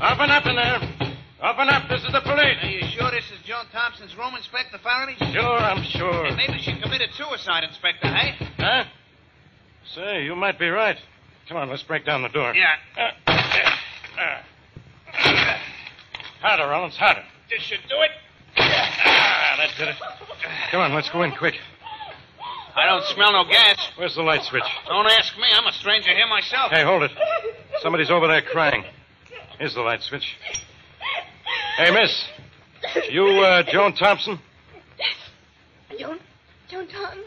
Up and up in there. Up and up. This is Are the police. you sure this is Joan Thompson's room, Inspector Faraday? Sure, I'm sure. And maybe she committed suicide, Inspector, hey? Huh? Say, you might be right. Come on, let's break down the door. Yeah. Uh, uh, uh. Harder, Rollins, harder. This should do it. Ah, that did it. Come on, let's go in quick. I don't smell no gas. Where's the light switch? Don't ask me. I'm a stranger here myself. Hey, hold it. Somebody's over there crying. Here's the light switch. Hey, miss. You, uh, Joan Thompson? Joan, Joan Thompson.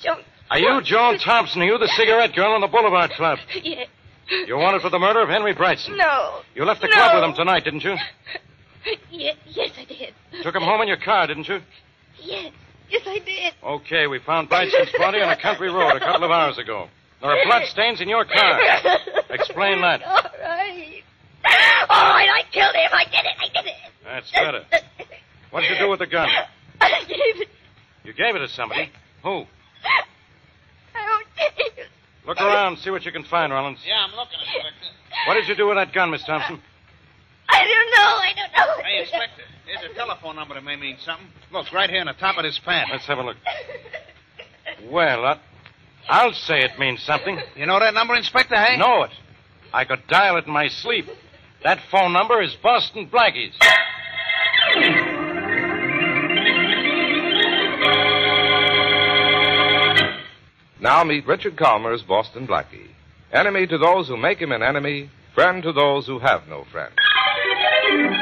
Joan. Are you Joan Thompson? Are you the cigarette girl in the Boulevard Club? Yeah. You wanted for the murder of Henry Bryson? No. You left the No. club with him tonight, didn't you? Ye- yes, I did. Took him home in your car, didn't you? Yes. Yes, I did. Okay, we found Brightson's body on a country road a couple of hours ago. There are bloodstains in your car. Explain that. All right. All right, I killed him. I did it. I did it. That's better. What did you do with the gun? I gave it. You gave it to somebody. Who? I don't take it. Look around, see what you can find, Rollins. Yeah, I'm looking, Inspector. What did you do with that gun, Miss Thompson? I don't know. I don't know. Hey, Inspector, here's a telephone number that may mean something. Look, right here on the top of this pad. Let's have a look. Well, uh, I'll say it means something. You know that number, Inspector, hey? Know it. I could dial it in my sleep. That phone number is Boston Blackie's. Now meet Richard Calmer as Boston Blackie. Enemy to those who make him an enemy, friend to those who have no friend. Look,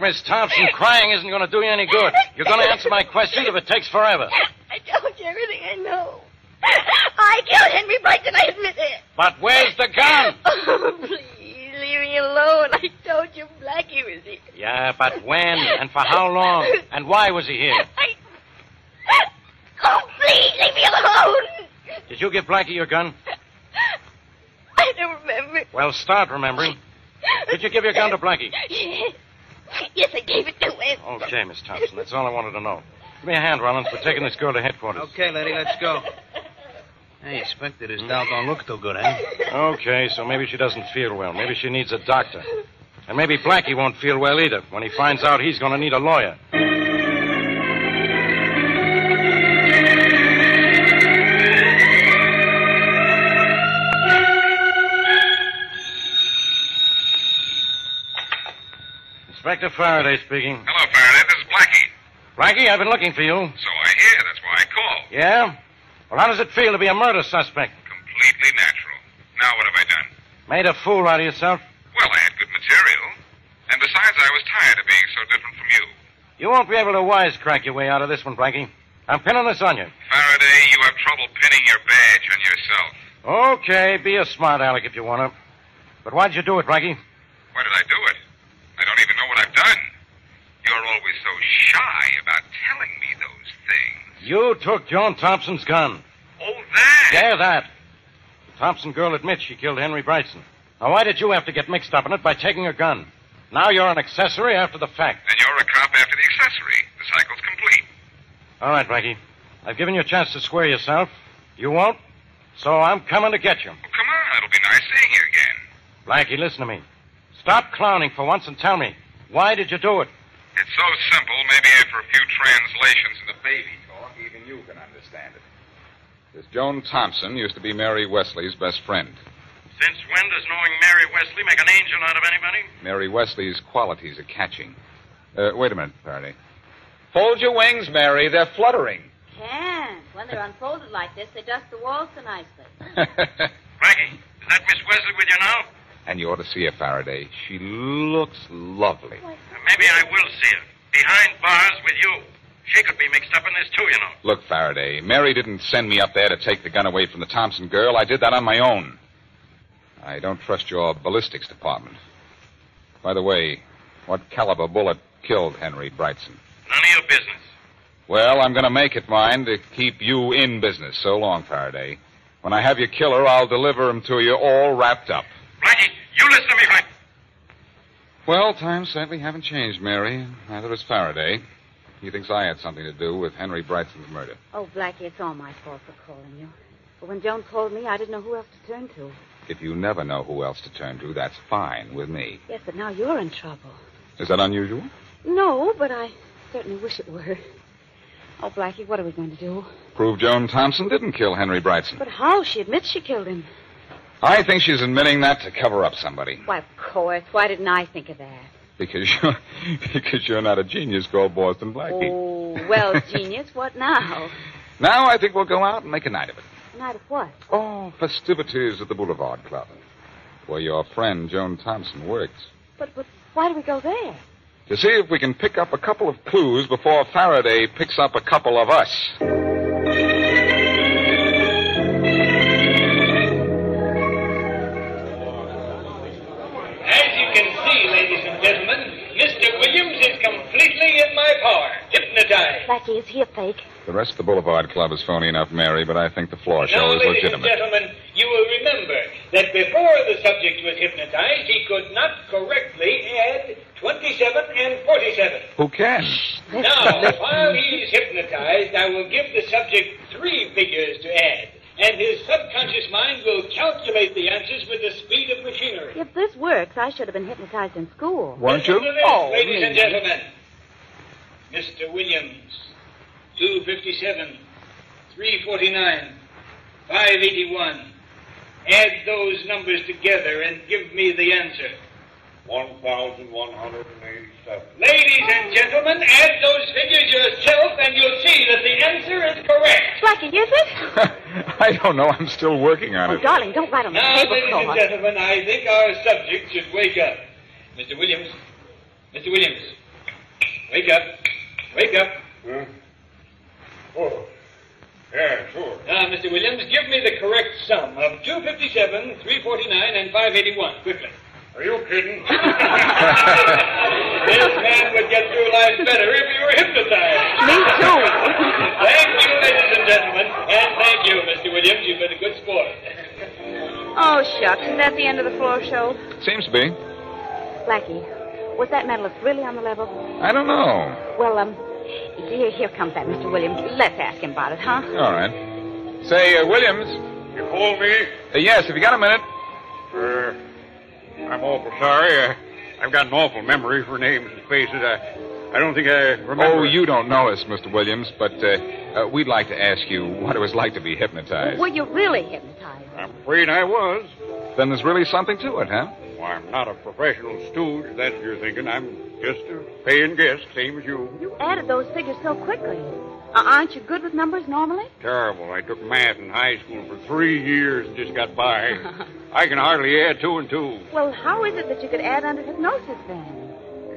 Miss Thompson, crying isn't going to do you any good. You're going to answer my questions if it takes forever. I told you everything I know. I killed Henry Brighton. I admit it. But where's the gun? Oh, please leave me alone. I told you Blackie was here. Yeah, but when and for how long and why was he here? I... Oh, please leave me alone. Did you give Blackie your gun? I don't remember. Well, start remembering. Did you give your gun to Blackie? Yes. Yes, I gave it to him. Okay, Miss Oh, Thompson, that's all I wanted to know. Give me a hand, Rollins, for taking this girl to headquarters. Okay, lady, let's go. Hey, Inspector, this doll don't look too good, eh? Hmm. Okay, so maybe she doesn't feel well. Maybe she needs a doctor. And maybe Blackie won't feel well either when he finds out he's going to need a lawyer. Inspector Faraday speaking. Hello, Faraday. This is Blackie. Blackie, I've been looking for you. So I hear. That's why I called. Yeah? Well, how does it feel to be a murder suspect? Completely natural. Now, what have I done? Made a fool out of yourself? Well, I had good material. And besides, I was tired of being so different from you. You won't be able to wisecrack your way out of this one, Blackie. I'm pinning this on you. Faraday, you have trouble pinning your badge on yourself. Okay, be a smart aleck if you want to. But why'd you do it, Blackie? Why did I do it? I don't even know what I've done. You're always so shy about telling me those things. You took Joan Thompson's gun. Oh, that! Yeah, that. The Thompson girl admits she killed Henry Bryson. Now, why did you have to get mixed up in it by taking her gun? Now you're an accessory after the fact. And you're a cop after the accessory. The cycle's complete. All right, Blackie. I've given you a chance to square yourself. You won't, so I'm coming to get you. Well, come on, it'll be nice seeing you again. Blackie, listen to me. Stop clowning for once and tell me, why did you do it? It's so simple, maybe after a few translations into baby talk, even you can understand it. This Joan Thompson used to be Mary Wesley's best friend. Since when does knowing Mary Wesley make an angel out of anybody? Mary Wesley's qualities are catching. Uh, wait a minute, Faraday. Fold your wings, Mary. They're fluttering. Can. When they're unfolded like this, they dust the walls so nicely. Blackie, is that Miss Wesley with you now? and you ought to see her, Faraday. She looks lovely. Maybe I will see her. Behind bars with you. She could be mixed up in this too, you know. Look, Faraday, Mary didn't send me up there to take the gun away from the Thompson girl. I did that on my own. I don't trust your ballistics department. By the way, what caliber bullet killed Henry Brightson? None of your business. Well, I'm going to make it mine to keep you in business. So long, Faraday. When I have your killer, I'll deliver him to you all wrapped up. Blackie, you listen to me, Blackie. Well, times certainly haven't changed, Mary. Neither has Faraday. He thinks I had something to do with Henry Brightson's murder. Oh, Blackie, it's all my fault for calling you. But when Joan called me, I didn't know who else to turn to. If you never know who else to turn to, that's fine with me. Yes, but now you're in trouble. Is that unusual? No, but I certainly wish it were. Oh, Blackie, what are we going to do? Prove Joan Thompson didn't kill Henry Brightson. But how? She admits she killed him. I think she's admitting that to cover up somebody. Why, of course. Why didn't I think of that? Because you're, because you're not a genius called Boston Blackie. Oh, well, genius, what now? Now I think we'll go out and make a night of it. Night of what? Oh, festivities at the Boulevard Club, where your friend Joan Thompson works. But, but why do we go there? To see if we can pick up a couple of clues before Faraday picks up a couple of us. As you can see, ladies and gentlemen, Mr. Williams is completely in my power, hypnotized. Blackie, is he a fake? The rest of the Boulevard Club is phony enough, Mary, but I think the floor show now, is ladies and legitimate. gentlemen, you will remember that before the subject was hypnotized, he could not correctly add 27 and 47. Who can? Now, while he is hypnotized, I will give the subject three figures to add, and his subconscious mind will calculate the answers with the speed of machinery. If this works, I should have been hypnotized in school. Weren't you? Listen to this, Oh, Oh, ladies and gentlemen. Mr. Williams, 257, 349, 581. Add those numbers together and give me the answer. 1,187. Ladies and gentlemen, add those figures yourself and you'll see that the answer is correct. Blackie, is it? I don't know. I'm still working on Oh, it. darling, don't write on the Now, ladies and tablecloth. gentlemen, I think our subject should wake up. Mr. Williams, Mr. Williams, wake up, wake up. Huh? Hmm? Oh. Yeah, sure. Now, Mr. Williams, give me the correct sum of 257, 349, and 581, quickly. Are you kidding? This man would get through life better if he were hypnotized. Me too. Thank you, ladies and gentlemen, and thank you, Mr. Williams. You've been a good sport. Oh, shucks. Is that the end of the floor show? Seems to be. Blackie, was that medalist really on the level? I don't know. Well, um, here, here comes that Mr. Williams. Let's ask him about it, huh? All right. Say, uh, Williams. You called me? Uh, yes, have you got a minute? Uh, I'm awful sorry. Uh, I've got an awful memory for names and faces. I, I don't think I remember. Oh, you don't know us, Mr. Williams, but uh, uh, we'd like to ask you what it was like to be hypnotized. Were you really hypnotized? I'm afraid I was. Then there's really something to it, huh? Well, I'm not a professional stooge, if that's what you're thinking. I'm just a paying guest, same as you. You added those figures so quickly. Uh, aren't you good with numbers normally? Terrible. I took math in high school for three years and just got by. I can hardly add two and two. Well, how is it that you could add under hypnosis then?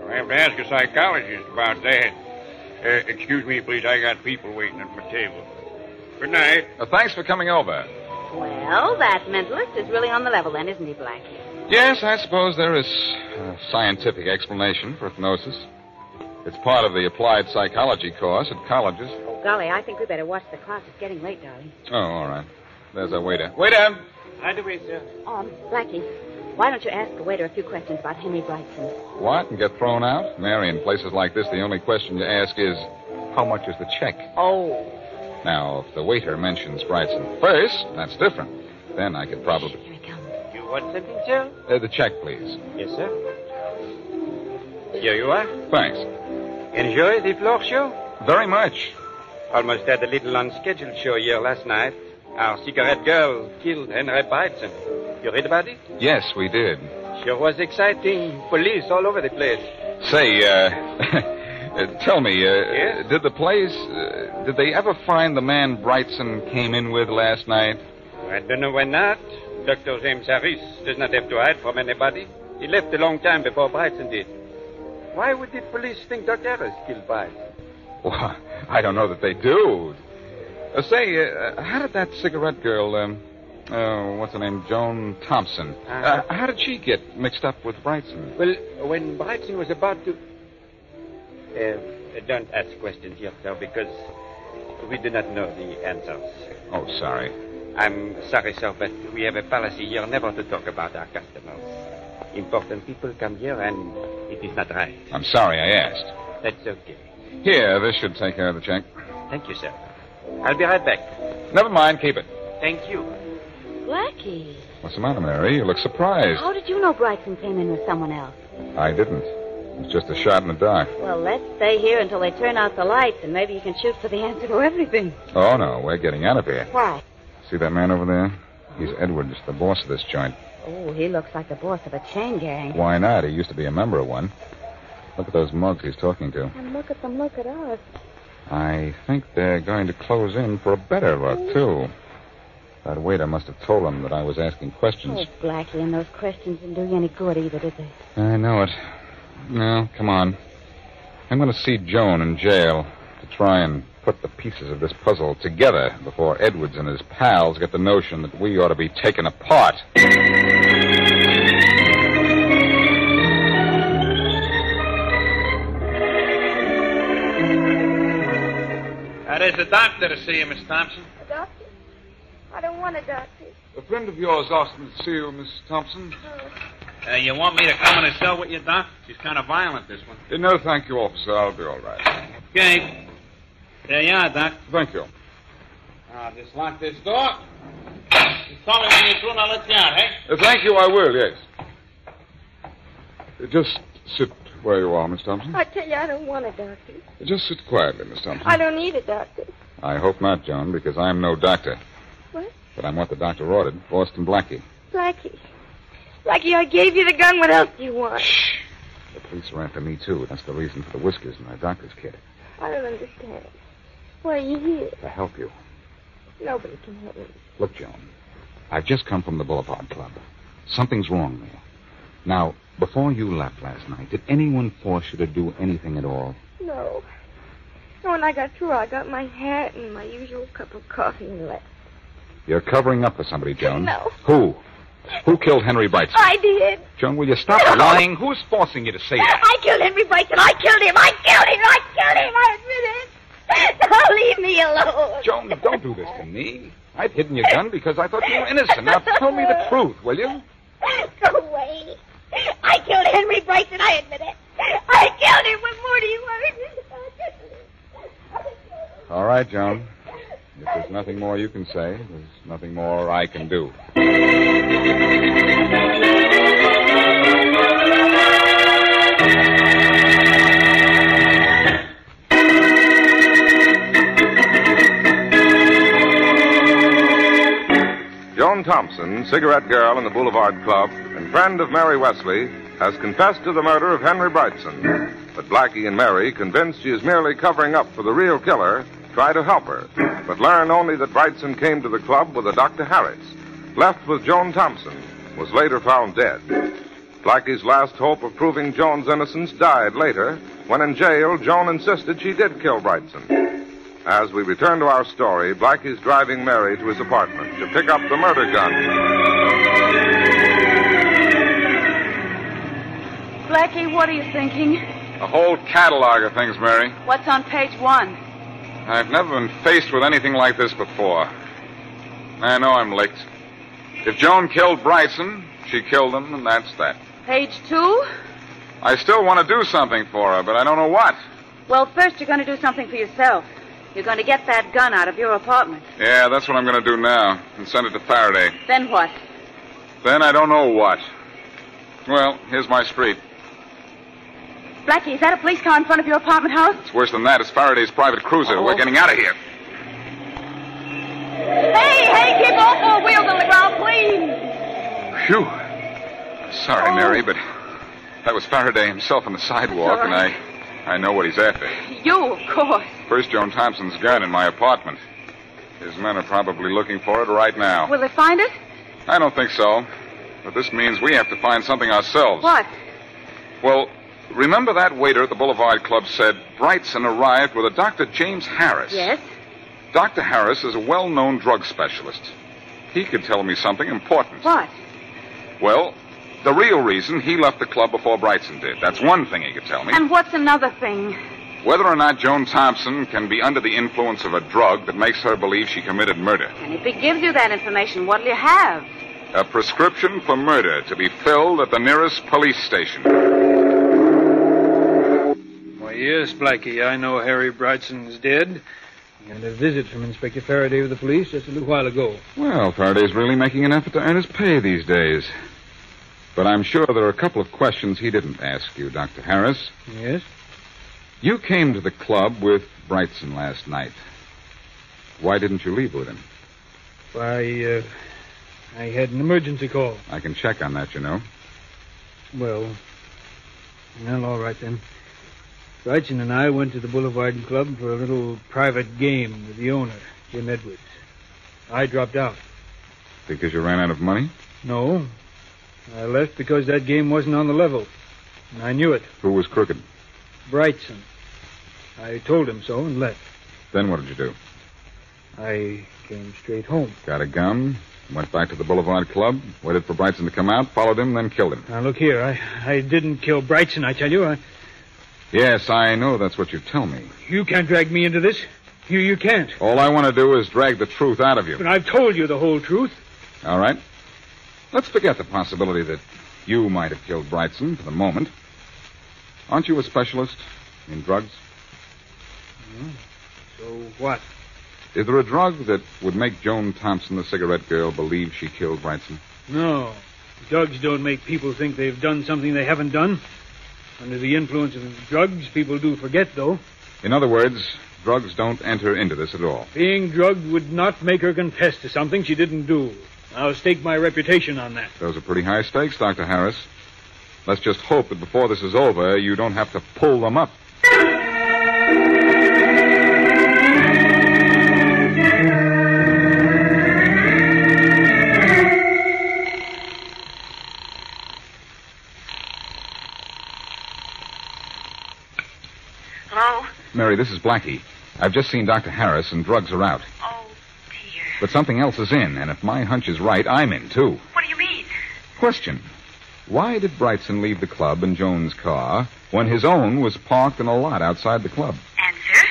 I have to ask a psychologist about that. Uh, excuse me, please. I got people waiting at my table. Good night. Uh, thanks for coming over. Well, that mentalist is really on the level then, isn't he, Blackie? Yes, I suppose there is a scientific explanation for hypnosis. It's part of the applied psychology course at colleges. Oh, golly, I think we better watch the clock. It's getting late, darling. Oh, all right. There's our waiter. Waiter! Hi, DeRisa. Um, Blackie, why don't you ask the waiter a few questions about Henry Brightson? What? And get thrown out? Mary, in places like this, the only question you ask is, how much is the check? Oh. Now, if the waiter mentions Brightson first, that's different. Then I could probably. You want something, Joe? Uh, the check, please. Yes, sir. Here you are. Thanks. Enjoy the floor show? Very much. Almost had a little unscheduled show here last night. Our cigarette girl killed Henry Brightson. You read about it? Yes, we did. Sure was exciting. Police all over the place. Say, uh, uh, tell me, uh, did the place, uh, did they ever find the man Brightson came in with last night? I don't know why not. Dr. James Harris does not have to hide from anybody. He left a long time before Brightson did. Why would the police think Dr. Harris killed Brightson? Well, I don't know that they do. Uh, say, uh, how did that cigarette girl, um, uh, what's her name, Joan Thompson, uh, how did she get mixed up with Brightson? Well, when Brightson was about to. Uh, don't ask questions here, sir, because we do not know the answers. Oh, sorry. I'm sorry, sir, but we have a policy here never to talk about our customers. Important people come here, and it is not right. I'm sorry I asked. That's okay. Here, this should take care of the check. Thank you, sir. I'll be right back. Never mind, keep it. Thank you. Blackie, What's the matter, Mary? You look surprised. how did you know Brightson came in with someone else? I didn't. It's just a shot in the dark. Well, let's stay here until they turn out the lights, and maybe you can shoot for the answer to everything. Oh, no, we're getting out of here. Why? See that man over there? He's Edwards, the boss of this joint. Oh, he looks like the boss of a chain gang. Why not? He used to be a member of one. Look at those mugs he's talking to. And look at them, look at us. I think they're going to close in for a better look, too. That waiter must have told them that I was asking Oh, questions. Blackie, and those questions didn't do you any good either, did they? I know it. Now, come on. I'm going to see Joan in jail to try and put the pieces of this puzzle together before Edwards and his pals get the notion that we ought to be taken apart. Uh, there's a doctor to see you, Miss Thompson. A doctor? I don't want a doctor. A friend of yours asked me to see you, Miss Thompson. Uh, you want me to come in a cell with you, Doc? She's kind of violent, this one. No, thank you, officer. I'll be all right. Okay. There you are, Doc. Thank you. Ah, Now, just lock this door. Just tell me when you're through, and I'll let you out, eh? Uh, Thank you, I will, yes. Uh, Just sit where you are, Miss Thompson. Uh, I tell you, I don't want a doctor. Just sit quietly, Miss Thompson. I don't need a doctor. I hope not, Joan, because I'm no doctor. What? But I'm what the doctor ordered, Boston Blackie. Blackie. Blackie, I gave you the gun. What else do you want? Shh. The police are after me, too. That's the reason for the whiskers and my doctor's kit. I don't understand. Why are you here? To help you. Nobody can help me. Look, Joan, I've just come from the Boulevard Club. Something's wrong there. Now, before you left last night, did anyone force you to do anything at all? No. No, when I got through, I got my hat and my usual cup of coffee and left. You're covering up for somebody, Joan. No. Um, Who? Who killed Henry Brightson? I did. Joan, will you stop No. lying? Who's forcing you to say that? I killed Henry Bryson. I killed him. I killed him. I killed him. I admit it. Now leave me alone. Joan, don't do this to me. I've hidden your gun because I thought you were innocent. Now tell me the truth, will you? Go away. I killed Henry Bryson. I admit it. I killed him. What more do you want me to All right, Joan. If there's nothing more you can say, there's nothing more I can do. Joan Thompson, cigarette girl in the Boulevard Club and friend of Mary Wesley, has confessed to the murder of Henry Brightson. But Blackie and Mary, convinced she is merely covering up for the real killer, try to help her, but learn only that Brightson came to the club with a Dr. Harris, left with Joan Thompson, was later found dead. Blackie's last hope of proving Joan's innocence died later when in jail Joan insisted she did kill Brightson. As we return to our story, Blackie's driving Mary to his apartment to pick up the murder gun. Blackie, what are you thinking? A whole catalog of things, Mary. What's on page one? I've never been faced with anything like this before. I know I'm licked. If Joan killed Bryson, she killed him, and that's that. Page two? I still want to do something for her, but I don't know what. Well, first you're going to do something for yourself. You're going to get that gun out of your apartment. Yeah, that's what I'm going to do now, and send it to Faraday. Then what? Then I don't know what. Well, here's my street. Blackie, is that a police car in front of your apartment house? It's worse than that. It's Faraday's private cruiser. We're getting out of here. Hey, hey, keep all four wheels on the ground, please. Phew. Sorry, Mary, but that was Faraday himself on the sidewalk, It's all right. and I, I know what he's after. You, of course. First, Joan Thompson's gun in my apartment. His men are probably looking for it right now. Will they find it? I don't think so. But this means we have to find something ourselves. What? Well, remember that waiter at the Boulevard Club said Brightson arrived with a Dr. James Harris. Yes? Dr. Harris is a well known drug specialist. He could tell me something important. What? Well, the real reason he left the club before Brightson did. That's one thing he could tell me. And what's another thing? Whether or not Joan Thompson can be under the influence of a drug that makes her believe she committed murder. And if he gives you that information, what'll you have? A prescription for murder to be filled at the nearest police station. Why, yes, Blackie, I know Harry Brightson's dead. And a visit from Inspector Faraday of the police just a little while ago. Well, Faraday's really making an effort to earn his pay these days. But I'm sure there are a couple of questions he didn't ask you, Dr. Harris. Yes? You came to the club with Brightson last night. Why didn't you leave with him? Why, uh, I had an emergency call. I can check on that, you know. Well, well, all right then. Brightson and I went to the Boulevard Club for a little private game with the owner, Jim Edwards. I dropped out. Because you ran out of money? No. I left because that game wasn't on the level. And I knew it. Who was crooked? Brightson. I told him so and left. Then what did you do? I came straight home. Got a gun, went back to the Boulevard Club, waited for Brightson to come out, followed him, then killed him. Now look here, I, I didn't kill Brightson, I tell you. I, Yes, I know that's what you tell me. you can't drag me into this. You you can't. All I want to do is drag the truth out of you. But I've told you the whole truth. All right. Let's forget the possibility that you might have killed Brightson for the moment. Aren't you a specialist in drugs? So what? Is there a drug that would make Joan Thompson, the cigarette girl, believe she killed Brightson? No. Drugs don't make people think they've done something they haven't done. Under the influence of drugs, people do forget, though. In other words, drugs don't enter into this at all. Being drugged would not make her confess to something she didn't do. I'll stake my reputation on that. Those are pretty high stakes, Dr. Harris. Let's just hope that before this is over, you don't have to pull them up. Hello? Mary, this is Blackie. I've just seen Dr. Harris, and drugs are out. Oh, dear. But something else is in, and if my hunch is right, I'm in, too. What do you mean? Question. Why did Brightson leave the club in Joan's car when his own was parked in a lot outside the club? Answer?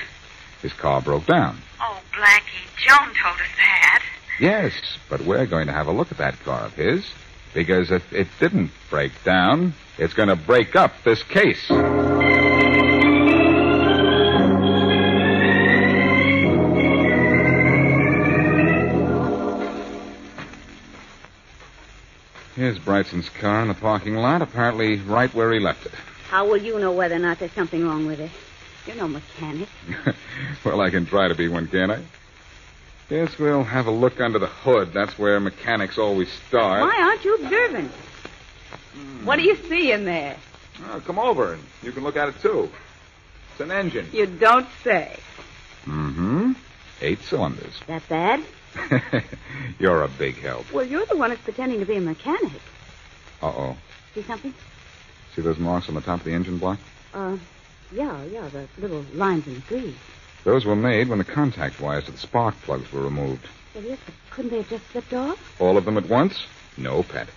His car broke down. Oh, Blackie, Joan told us that. Yes, but we're going to have a look at that car of his. Because if it didn't break down, it's going to break up this case. Here's Brightson's car in the parking lot, apparently right where he left it. How will you know whether or not there's something wrong with it? You're no mechanic. Well, I can try to be one, can't I? Yes, we'll have a look under the hood. That's where mechanics always start. Why aren't you observant? What do you see in there? Oh, come over and you can look at it too. It's an engine. You don't say. Mm-hmm. Eight cylinders. That bad? You're a big help. Well, you're the one that's pretending to be a mechanic. Uh oh. See something? See those marks on the top of the engine block? Uh, yeah, yeah, the little lines in the grease. Those were made when the contact wires to the spark plugs were removed. Well, yes, but couldn't they have just slipped off? All of them at once? No, Pet.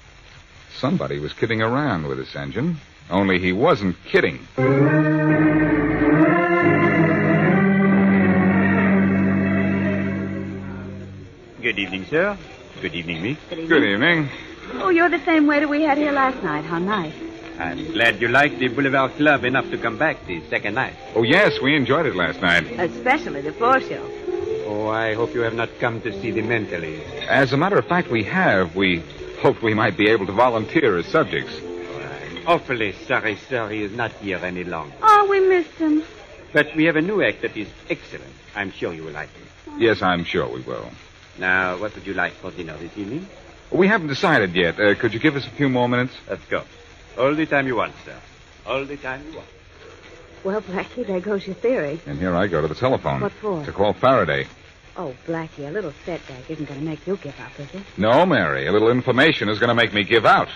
Somebody was kidding around with this engine. Only he wasn't kidding. Good evening, sir. Good evening, Miss. Good evening. Good evening. Oh, you're the same waiter we had here last night. How nice. I'm glad you liked the Boulevard Club enough to come back the second night. Oh, yes, we enjoyed it last night. Especially the floor show. Oh, I hope you have not come to see the mentally. As a matter of fact, we have. We hoped we might be able to volunteer as subjects. I'm awfully sorry, sir, he is not here any longer. Oh, we missed him. But we have a new act that is excellent. I'm sure you will like it. Yes, I'm sure we will. Now, what would you like for dinner this evening? We haven't decided yet. Uh, could you give us a few more minutes? Of course. All the time you want, sir. All the time you want. Well, Blackie, there goes your theory. And here I go to the telephone. What for? To call Faraday. Oh, Blackie, a little setback isn't going to make you give up, is it? No, Mary. A little information is going to make me give out.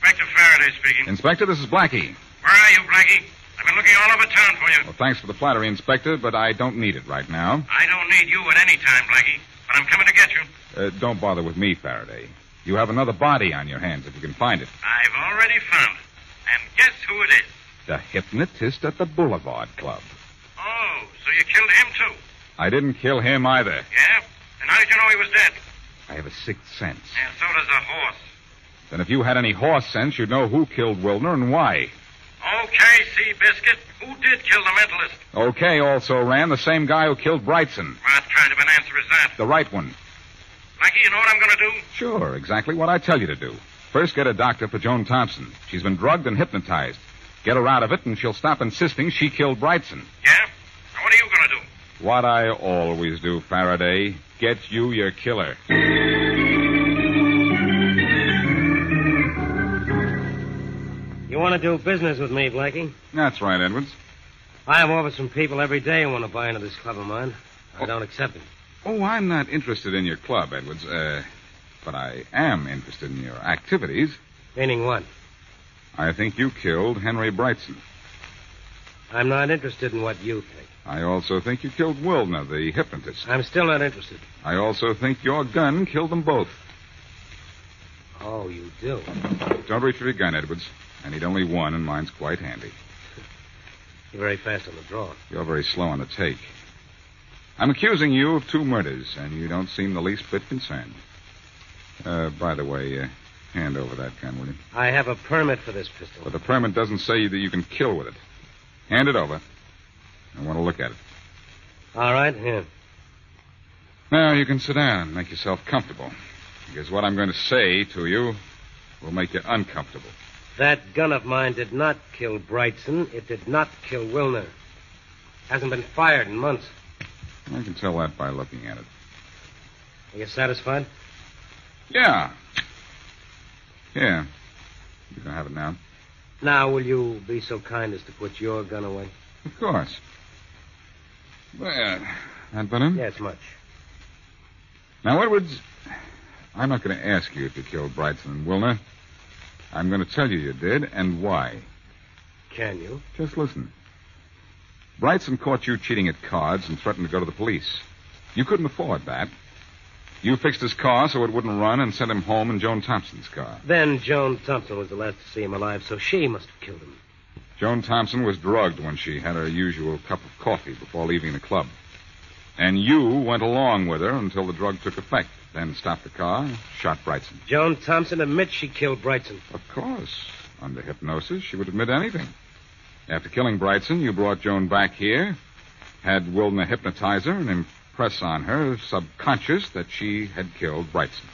Inspector Faraday speaking. Oh, Inspector, this is Blackie. Where are you, Blackie? I've been looking all over town for you. Well, thanks for the flattery, Inspector, but I don't need it right now. I don't need you at any time, Blackie, but I'm coming to get you. Uh, don't bother with me, Faraday. You have another body on your hands if you can find it. I've already found it. And guess who it is? The hypnotist at the Boulevard Club. Oh, so you killed him, too? I didn't kill him either. Yeah? And how did you know he was dead? I have a sixth sense. And so does a horse. Then if you had any horse sense, you'd know who killed Wilner and why. Okay, Sea Biscuit. Who did kill the mentalist? Okay, also ran the same guy who killed Brightson. What kind of an answer is that? The right one. Blackie, you know what I'm going to do? Sure, exactly what I tell you to do. First, get a doctor for Joan Thompson. She's been drugged and hypnotized. Get her out of it, and she'll stop insisting she killed Brightson. Yeah? Now, what are you going to do? What I always do, Faraday get you your killer. You want to do business with me, Blackie? That's right, Edwards. I have offers from people every day who want to buy into this club of mine. I don't accept it. Oh, I'm not interested in your club, Edwards. Uh, but I am interested in your activities. Meaning what? I think you killed Henry Brightson. I'm not interested in what you think. I also think you killed Wilner, the hypnotist. I'm still not interested. I also think your gun killed them both. Oh, you do? Don't reach for your gun, Edwards. I need only one, and mine's quite handy. You're very fast on the draw. You're very slow on the take. I'm accusing you of two murders, and you don't seem the least bit concerned. Uh, by the way, uh, hand over that gun, will you? I have a permit for this pistol. But the permit doesn't say that you can kill with it. Hand it over. I want to look at it. All right, here. Now, you can sit down and make yourself comfortable. Because what I'm going to say to you will make you uncomfortable. That gun of mine did not kill Brightson. It did not kill Wilner. Hasn't been fired in months. I can tell that by looking at it. Are you satisfied? Yeah. Yeah. You can have it now. Now, will you be so kind as to put your gun away? Of course. Well, that better? Yes, much. Now, Edwards, I'm not going to ask you if you killed Brightson and Wilner. I'm going to tell you you did and why. Can you? Just listen. Brightson caught you cheating at cards and threatened to go to the police. You couldn't afford that. You fixed his car so it wouldn't run and sent him home in Joan Thompson's car. Then Joan Thompson was the last to see him alive, so she must have killed him. Joan Thompson was drugged when she had her usual cup of coffee before leaving the club. And you went along with her until the drug took effect, then stopped the car, shot Brightson. Joan Thompson admits she killed Brightson. Of course. Under hypnosis, she would admit anything. After killing Brightson, you brought Joan back here, had Wilner hypnotize her, and impress on her, subconscious, that she had killed Brightson.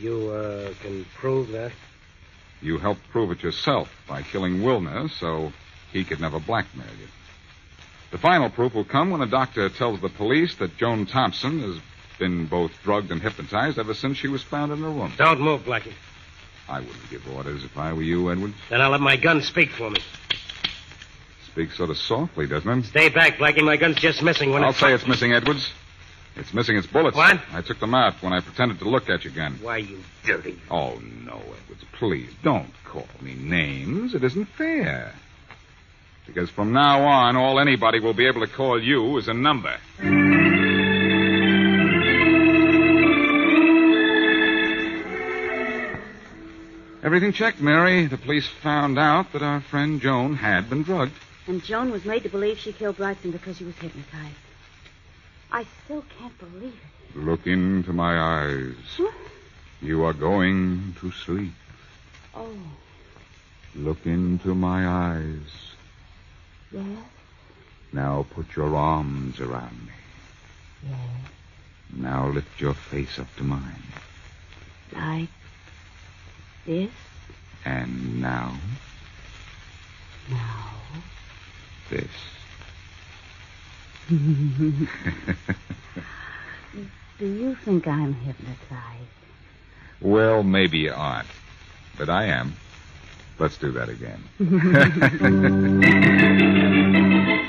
You uh, can prove that. You helped prove it yourself by killing Wilner so he could never blackmail you. The final proof will come when a doctor tells the police that Joan Thompson has been both drugged and hypnotized ever since she was found in her room. Don't move, Blackie. I wouldn't give orders if I were you, Edwards. Then I'll let my gun speak for me. Speaks sort of softly, doesn't it? Stay back, Blackie. My gun's just missing when I'll it's... say it's missing, Edwards. It's missing its bullets. What? I took them out when I pretended to look at your gun. Why, you dirty... Oh, no, Edwards, please don't call me names. It isn't fair. Because from now on, all anybody will be able to call you is a number. Everything checked, Mary. The police found out that our friend Joan had been drugged. And Joan was made to believe she killed Brightson because she was hypnotized. I still can't believe it. Look into my eyes. You are going to sleep. Oh, Look into my eyes. yes, Now put your arms around me. Now lift your face up to mine. like this. And now Now. this. Mm. Do you think I'm hypnotized? well, maybe you aren't. But I am. Let's do that again.